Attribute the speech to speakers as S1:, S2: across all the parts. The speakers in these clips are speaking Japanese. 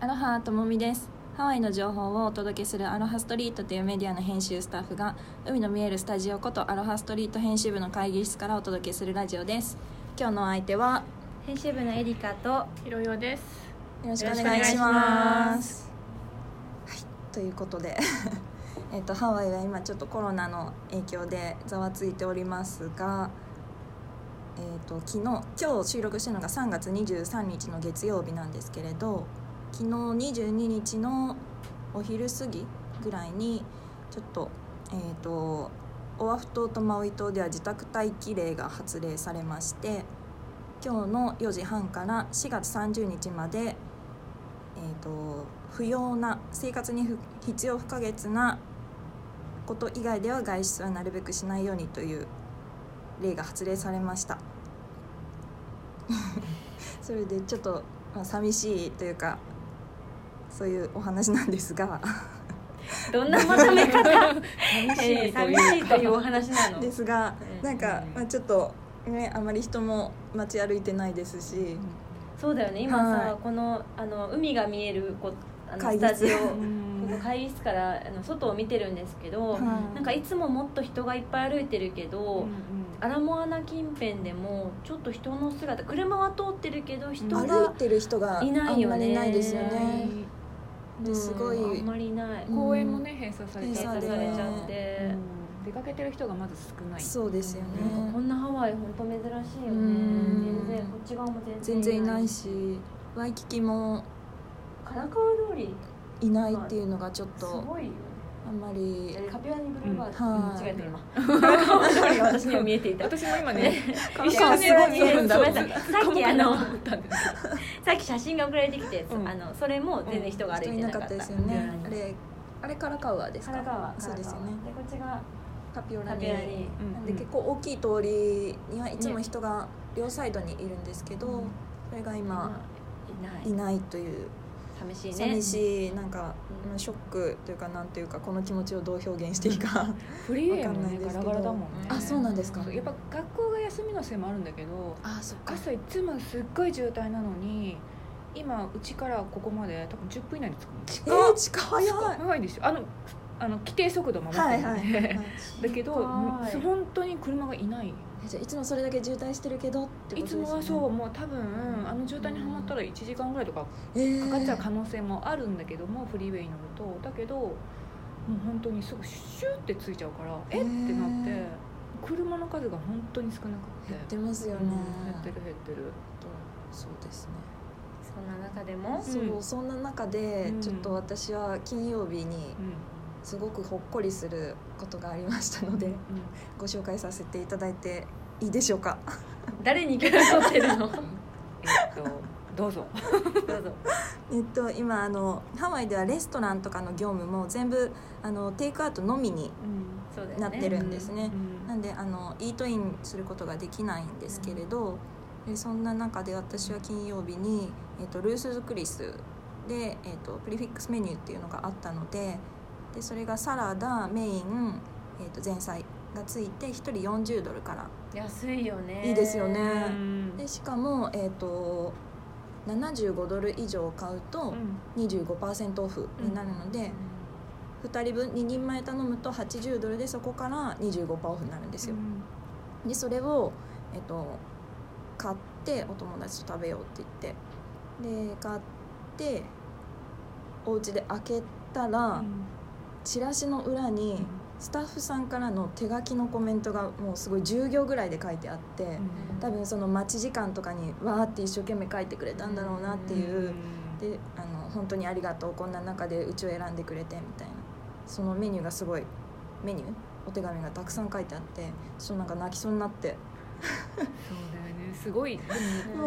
S1: アロハともみですハワイの情報をお届けするアロハストリートというメディアの編集スタッフが海の見えるスタジオことアロハストリート編集部の会議室からお届けするラジオです今日のお相手は
S2: 編集部のエリカと
S3: ひろよです。
S1: よろしくお願いしますはい、ということで えっとハワイは今ちょっとコロナの影響でざわついておりますが、えっと昨日今日収録してるのが3月23日の月曜日なんですけれど昨日22日のお昼過ぎぐらいにちょっと,、えっとオアフ島とマウイ島では自宅待機令が発令されまして今日の4時半から4月30日までえー、と不要な生活に不必要不可欠なこと以外では外出はなるべくしないようにという例が発令されました それでちょっと、まあ、寂しいというかそういうお話なんです が
S2: どんなまとめ方
S3: 寂し
S2: えー
S3: いとい
S2: 寂
S3: う
S2: しいというお話なの
S1: ですがなんか、
S2: うん
S1: まあ、ちょっとねあまり人も街歩いてないですし
S2: そうだよね今さ、
S1: はい
S2: このあの海が見えるこあの
S1: 会
S2: ス
S1: 議室
S2: タジオこ
S3: うん
S2: の会議室からあの外を見てるんですけど、
S1: はい
S2: なんかいつももっと人がいっぱい歩いてるけど、アラモアナ近辺でもちょっと人の姿車は通ってるけど人
S1: 歩い
S2: が
S1: てる人があ
S2: い
S1: ん
S2: な
S1: ま
S2: い
S1: り
S2: よね
S1: ないですよ
S2: ない
S1: ね。ですごい、
S2: うんあんまりない
S1: うん
S3: 公園もね閉鎖され
S2: 閉
S3: ちゃっ
S2: 鎖
S3: て
S2: されちゃって、
S3: うん出かけてる人がまず少ない。
S1: そうですよね
S2: なんかこんなハワイ本当珍しいよね
S1: うん
S2: 全然こっち側も全
S1: 全然
S2: 然
S1: いないしワイキキも
S2: カラカワ通り
S1: いないっていうのがちょっ
S2: す
S1: と
S2: ごいよ
S1: あんまり
S2: カピワニブルーバード、
S1: うんはい
S2: 間違えた今カラカワ通りが私には見え ていた
S3: 私も今ね、
S1: 一
S2: 緒
S3: 緒
S2: に
S3: に
S2: すごい見えるんだ
S3: そう
S2: さっき
S3: 突っ込むかな
S2: あの
S3: と思ったんです
S2: さっき写真が送られてきて、
S3: うん
S2: あのそれも全然人が歩い
S1: 人
S2: て
S1: いな
S2: な
S1: か
S2: か
S1: っ
S2: ったた
S1: ですよね
S2: うん
S1: あれあれカラカウアです
S2: カ
S1: か
S2: ラカワ
S1: そうですよね
S2: カラカワでこっちが
S1: カピオラ
S2: カ
S1: に
S2: ピワニ
S1: なんで結構大きい通りにはいつも人が両サイドにいるんですけ
S2: う
S1: ど
S2: ん
S1: それが今
S2: いない
S1: いないという
S2: 寂しいね
S1: 寂しいなんか
S2: うん
S1: まあショックというかなんというかこの気持ちをどう表現していいか
S3: フリーウェイも
S1: わかんない
S3: ね
S1: です
S3: ガ
S1: け
S3: ラ
S1: ど
S3: ガラだもんね。
S1: あそうなんですか
S3: そうやっぱ学校が休みのせいもあるんだけど、
S1: あそっ
S3: 朝いつもすっごい渋滞なのに、今うちからここまで多分10分以内に着くの。
S1: えー近早いは
S3: 長いでしょ。あのあの規定速度守っ
S1: い
S3: てるん
S1: は
S3: で
S1: いは い
S3: だけど
S2: 近い
S3: そう本当に車がいない
S1: じゃあいつもそれだけ渋滞してるけどって
S3: い
S1: ことですよ
S3: つ
S1: ね
S3: もはそうもう多分あの渋滞にはまったら1時間ぐらいとか
S1: えー
S3: かかっちゃう可能性もあるんだけどもフリーウェイに乗るとだけどもう本当にすぐシューってついちゃうからえ
S1: へ
S3: っ
S1: ー
S3: てなって車の数が本当に少なく
S1: 減って
S3: て
S1: ますよ
S3: う
S1: ね、
S3: ん減ってる減ってる
S1: そうですね、
S2: そんな中でも
S3: うん
S1: そうそんな中で、
S3: うん
S1: ちょっと私は金曜日に
S3: うん
S1: すごくほっこりすることがありましたので、
S3: うん
S1: ご紹介させていただいていいでしょうか
S2: 誰に許可取ってるのど
S3: えっと どうぞ
S2: うぞ
S1: えっと今あのハワイではレストランとかの業務も全部あのテイクアウトのみに
S2: そうだよね
S1: なってるんですね、
S3: うん
S1: なんであのイートインすることができないんですけれど、でそんな中で私は金曜日に、えっとルース・ズ・クリスで、えっとプリフィックスメニューっていうのがあったのででそれがサラダメイン、えっと前菜がついて1人40ドルから
S2: 安いよね
S1: いいですよね
S3: うん
S1: でしかも、えっと75ドル以上買うと
S3: うん
S1: 25%オフになるので、2人分2人前頼むと80ドルでそこから25%オフになるんですよ。
S3: うん
S1: でそれを、えっと、買ってお友達と食べようって言ってで買ってお家で開けたら、チラシの裏にスタッフさんからの手書きのコメントがもうすごい10行ぐらいで書いてあって、
S3: うん
S1: 多分その待ち時間とかにわーって一生懸命書いてくれたんだろうなっていう。
S3: うん
S1: であの本当にありがとうこんな中でうちを選んでくれてみたいなそのメニューがすごいメニューお手紙がたくさん書いてあってちょっとなんか泣きそうになって、
S3: そうだよねすごい
S1: もう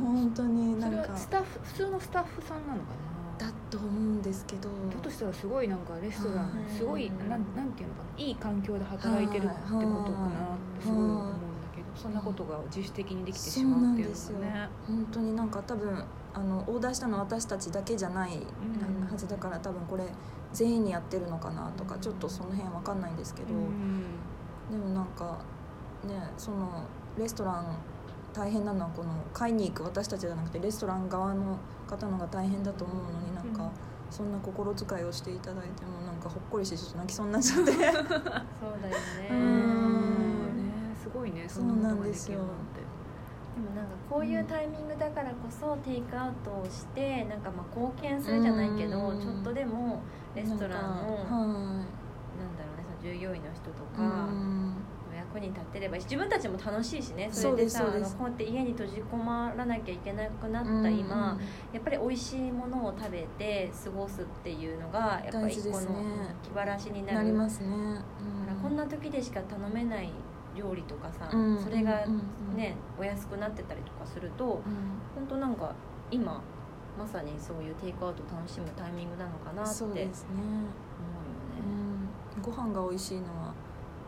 S1: 本当にな
S3: そ
S1: ん
S3: れ
S1: か
S3: はスタッフ普通のスタッフさんなのかな
S1: だと思うんですけど
S3: だとしたらすごいなんかレストラン
S2: はい
S3: すごいなんなんていうのかないい環境で働いてるってことかなってすごい思うんだけどそんなことが自主的にできてしまうっていう
S1: そう
S3: の
S1: なんで
S3: が
S1: す
S3: ね
S1: 本当になんか多分あのオーダーしたの私たちだけじゃない
S3: うん
S1: はずだから多分これ全員にやってるのかなとかちょっとその辺わかんないんですけど、
S3: うん
S1: でもなんかねそのレストラン大変なのはこの買いに行く私たちじゃなくてレストラン側の方のが大変だと思うのになんか、
S3: うん
S1: そんな心遣いをしていただいてもなんかほっこりしてちょっと泣きそうになっちゃって
S2: そうだよね
S1: う
S3: うん
S1: ん
S3: ねすごいね
S1: そ
S3: そう
S1: なん
S3: なこと
S1: ん
S3: が
S1: で
S3: ですき
S1: よ
S3: るなんて
S2: でもなんかこういうタイミングだからこそテイクアウトをしてなんかまあ貢献するじゃないけど
S1: うん
S2: ちょっとでもレストランのなん
S1: なん
S2: だろうねその従業員の人と
S1: かは
S2: か
S1: いうん
S2: お役に立てればいいし自分たちも楽しいしね
S1: そ
S2: そうれ
S1: で
S2: ですさ
S1: そう
S2: あ
S1: で
S2: の
S1: す
S2: こうやって家に閉じ込まらなきゃいけなくなった今、やっぱり美味しいものを食べて過ごすっていうのがやっぱ
S1: 大
S2: 一
S1: 事
S2: 個
S1: で
S2: の
S1: すね
S2: 気晴らしになる
S1: なりますね、
S2: だからこんな時でしか頼めない料理とかさ、
S1: うん
S2: それが
S1: うんうん
S2: ね、お安くなってたりとかすると
S1: うん
S2: 本当なんか今まさにそういうテイクアウト楽しむタイミングなのかなって
S1: そ
S2: 思
S1: う
S2: うよね
S1: ですね、うん、ご飯が美味しいのは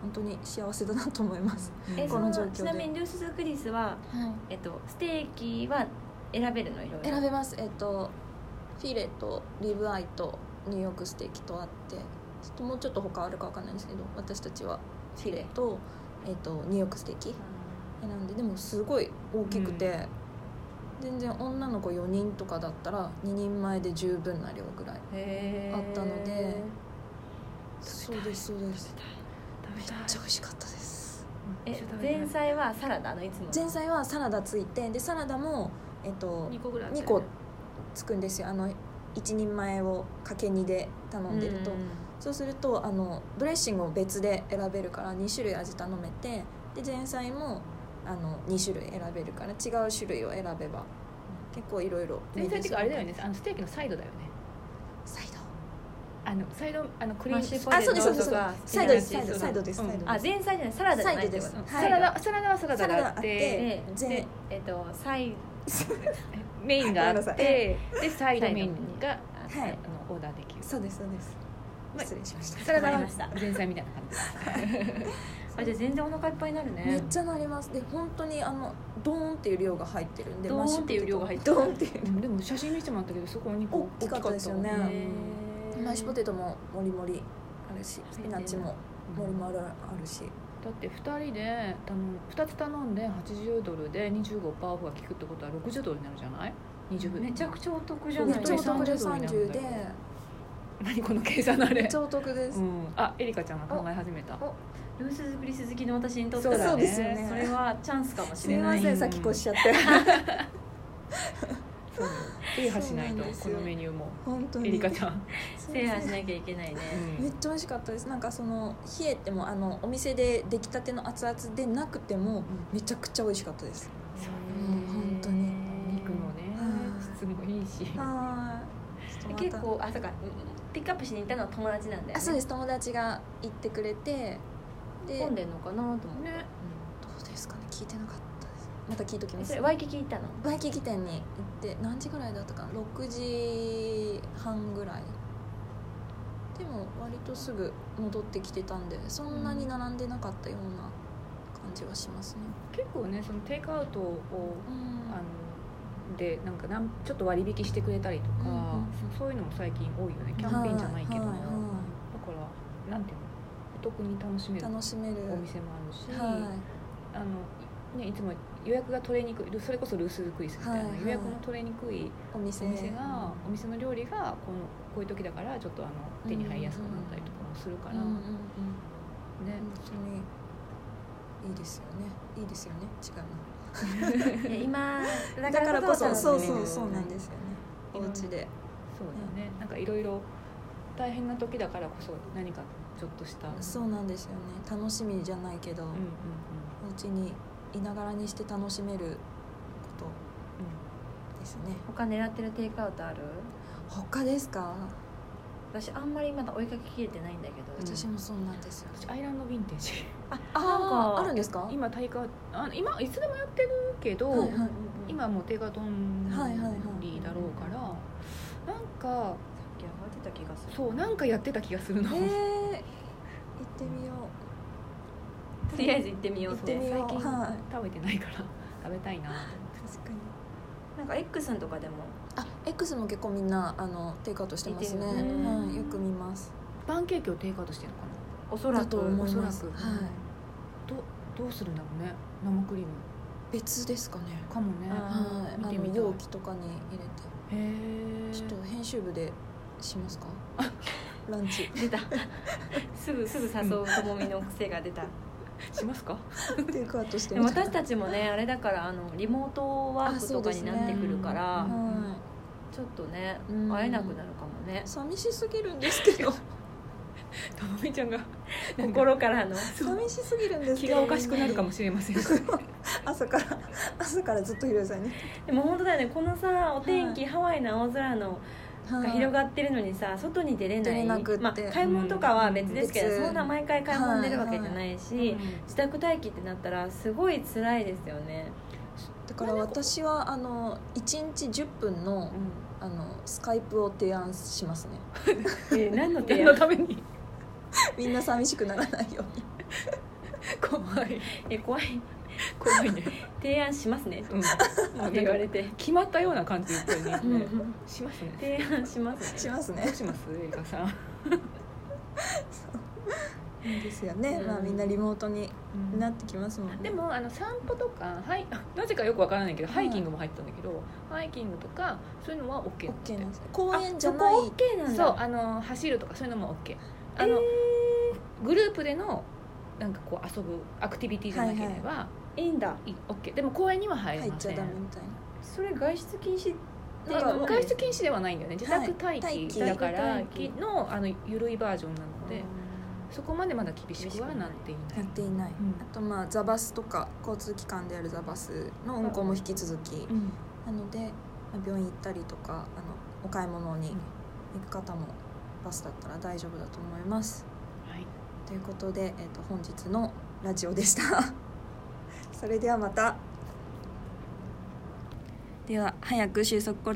S1: 本当に幸せだなと思います、
S2: え
S1: こ
S2: そ
S1: の
S2: の
S1: 状況で
S2: ちなみにルース・クリスは、えっと、ステーキは選べるのいろいろ
S1: 選べますえっとフィレとリブアイとニューヨークステーキとあってちょっともうちょっと他あるかわかんないんですけど私たちはフィレと,、えっとニューヨークステーキ選んででもすごい大きくて、全然女の子4人とかだったら2人前で十分な量ぐらい
S2: へー
S1: あったのでそうですそうです
S3: 食べ
S1: めった
S3: い
S1: ちゃ美味しかったです
S3: めっ
S2: え
S3: ちゃ食べたい
S2: 前菜はサラダのいつもの
S1: 前菜はサラダついてでサラダもえっと
S3: 二個ぐらいあった
S1: 2
S3: よ
S1: 個
S3: ね
S1: つくんですよあの1人前をかけ2で頼んでると、
S2: うん
S1: そうするとあのドレッシングを別で選べるから2種類味頼めてで前菜もあの2種類選べるから違う種類を選べば結構いろいろ
S3: 前菜っていうかあれだよねあのステーキのサイドだよね
S1: サイ
S3: あのサイドあのクリー
S2: マッシュ
S3: ム
S2: ポ
S1: ド
S2: テ
S1: あ
S2: ト
S1: そうですそうですそう
S2: と
S1: で
S2: か
S1: すサイドです
S3: 好き
S1: サイ
S3: なやつ
S1: ドサイドです
S3: うん
S1: サイド
S2: あ
S1: です
S2: 前菜じゃないサラダじゃないってこと
S1: サイドです
S3: サラダサラダはサラダがあっ
S1: サラダあ
S3: て
S2: で
S1: 全
S2: でえっとサイ
S3: メインがあ
S1: ごめんなさ
S3: ってでサイド
S2: サイド
S3: メインが
S1: は
S3: あ
S1: い
S3: のオーダーできる
S1: そうですそうです
S3: まあ
S1: 失礼しました
S3: サラダ
S2: わか
S3: は
S2: りました
S3: 前菜みたいな感じ
S2: あじゃあ全然お腹いっぱいになるね
S1: めっちゃなりますで本当にあのドーンっていう量が入ってるんで
S2: ドーン
S1: マッシュポテト
S2: っていう量が入ってる
S1: ドーンっていう
S3: でもでも写真見せてもらったけどすごいお肉
S1: 大きかったですよね
S3: 大きかった
S2: へー
S1: マッシュポテトももりもりあるしスピナッチももりもりあるし
S3: だって2人で頼む2つ頼んで80ドルで25%オフが効くってことは60ドルになるじゃない20分
S2: めちゃくちゃお得じ
S1: め
S2: ゃない
S1: っちゃお得で
S3: そうそう
S1: 30で
S3: 何この計算のあ
S1: め
S3: れ
S1: っちゃお得です
S3: うん、あエリカちゃんが考え始めた
S2: おルース作り好きの私にとって
S3: そうだ
S1: そ
S2: は
S3: ね
S1: うですよね
S2: それはチャンスかもし
S1: す
S2: れ
S1: み
S2: な
S1: ま
S2: い
S1: せん先越しちゃって
S3: そう制覇しない
S1: そう
S3: と
S1: なんです
S3: こ
S1: よ
S3: のメニューも
S1: 本当
S3: エ
S1: に
S3: リカちゃん、
S1: そう
S2: 制覇しなきゃいけないね
S1: めっちゃ美味しかったですなんかその冷えてもあのお店で出来たての熱々でなくてもめちゃくちゃ美味しかったですうん本当に
S3: 肉のね
S1: はい
S3: 質もいいし
S1: はーい
S2: 結構あそうかうんピックアップしに行ったのは友達なんだよね
S1: あそうです友達が行ってくれてで
S2: 混んでんのかなと思って
S3: ね
S1: どうですかね聞いてなかったですまた聞いとき
S2: え
S1: ま
S2: そ
S1: す
S2: れワイキキ行っ たの
S1: ワイキキ店に行って何時ぐらいだったかな6時半ぐらいでも割とすぐ戻ってきてたんでそんなに並んでなかったような感じはしますね、
S3: 結構ねそのテイクアウトを
S1: うん
S3: あのでなんかなんちょっと割引してくれたりと
S1: う
S3: か、
S1: んうん
S3: そういうのも最近多いよねキャンペーンじゃないけど、
S1: はいはい
S3: だ
S1: は
S3: からなんていうのお得に楽しめる
S1: 楽しめる
S3: お店もあるし、
S1: は
S3: あのね、いつも予約が取れにくいそれこそルースクイスみたいな、
S1: はいはい
S3: 予約の取れにくい
S1: いお店
S3: お店が、お店の料理がこのこういう時だからちょっとあの手に入りやすくなったりとかもするから、
S1: うんうんうん本
S3: ね、
S1: 当にいいですよねいいですよね違うな
S2: え今だ
S1: だからこそそう
S3: ね
S1: そうそうなんですよねお家で
S3: そうだよねなんかいろいろ大変な時だからこそ何かちょっとした、うんうん
S1: そうなんですよね楽しみじゃないけど、
S3: うん
S1: お家にいながらにして楽しめるこ
S3: うん
S1: とですね
S2: 他狙ってるテイクアウトある
S1: 他ですか
S2: 私あんまりまだ追いかけきれてないんだけど、
S3: うん
S1: 私もそうなんですよ、
S3: 私アイランドヴィンテージ
S1: あ
S2: なん
S1: あ
S2: か
S1: あるんですか
S3: 今大会あ今いつでもやってるけど、
S1: はいはい
S3: 今もうテガトン
S1: はいはいはい
S3: リーだろうから、なんか
S2: さっき上がってた気がする
S3: そうなんかやってた気がするの、
S1: えー、行ってみよ
S2: とりあえず行ってみよ
S1: う行っ
S2: うと
S1: てみよう
S3: 最近
S1: はい
S3: 食べてないから食べたいな
S1: 確かに
S2: なんか X さんとかでも
S1: あ X も結構みんなあのテイクアウトしてますね
S2: 見てるよね
S1: はい、よく見ます
S3: パンケーキをテイクアウトしてるのかな
S2: おそら
S1: だと
S2: く
S1: 思います
S3: おそらく
S1: はい
S3: どどうするんだろうね生クリーム
S1: 別ですかね
S3: かもね
S2: あ
S1: はい
S3: 見て
S1: あの
S3: みたい
S1: 容器とかに入れて
S3: へえ
S1: ちょっと編集部でしますかランチ
S2: 出た すぐすぐ誘うともみの癖が出た
S3: しますか
S1: テイクアウトして
S2: でも私たちもねあれだからあのリモートワークとかになってくるか
S3: あ
S2: ら、
S3: そうですね
S1: は
S2: ちょっとね
S1: うん
S2: 会えなくなるかもね
S1: い、寂しすぎるんですけど
S3: ともみちゃん がなんか
S2: 心からの
S1: 寂しすぎるんですけ
S3: 気
S1: ど
S3: がおかしくなるかもしれません
S1: 朝から朝からずっとひろゆさんに
S2: でも本当だよねこのさお天気、ハワイの青空のが広
S1: が
S2: がってるのにさ外に出れない
S1: 出れなくって
S2: まあ、買い物とかは別ですけど、
S1: うん
S2: そんな毎回買い物出るわけじゃないし、
S3: うん
S2: 自宅待機ってなったらすごい辛いですよね
S1: だから私はあの1日10分のあのスカイプを提案しますね
S2: え何の提
S3: 何の
S2: 案
S3: ために
S1: みんな寂しくならないように
S3: 怖い
S2: え怖い
S3: 怖いね、
S2: 提案しますね
S3: うん、
S2: っ
S3: なん
S2: て言われ
S3: か
S2: て、
S3: 決まったような感じですよ
S2: うんう
S3: ね
S2: ん
S3: しますね
S2: 提案しますね
S1: します
S3: ど
S1: ね
S3: うしますエリカさん、
S1: いいですよね、
S2: うん
S1: まあみんなリモートになってきますもんね
S3: でもあの散歩とかハイなぜかよくわからないけど
S1: はい
S3: ハイキングも入ったんだけどハイキングとかそういうのは OK だって、
S1: OK なんですよ公園じゃな
S2: あ
S1: い
S2: そこ OK なんだ
S3: そうあの走るとかそういうのも OK あの、グループでのなんかこう遊ぶアクティビティじゃなければ、
S2: いいんだ
S3: いい OK でも公園には入
S1: 入
S3: れ
S1: っ
S3: ま
S1: ち
S3: せ
S1: ゃ
S3: ん
S1: ダメみたいな
S2: それ外出禁止
S1: なんか
S3: あの
S1: もう
S3: 外出禁止ではないんだよね自宅待
S1: はい
S3: 機だから
S2: 待機
S3: のあの緩いバージョンなので、
S2: う
S3: そこまでまだ厳しくはなっていない
S1: やっていない、
S3: うん
S1: あとまあザバスとか交通機関であるザバスの運行も引き続き、
S3: うん
S1: なのでまあ病院行ったりとかあのお買い物に行く方もバスだったら大丈夫だと思います
S3: はい、
S1: ということで、えっと本日のラジオでした それではまたでは早く収束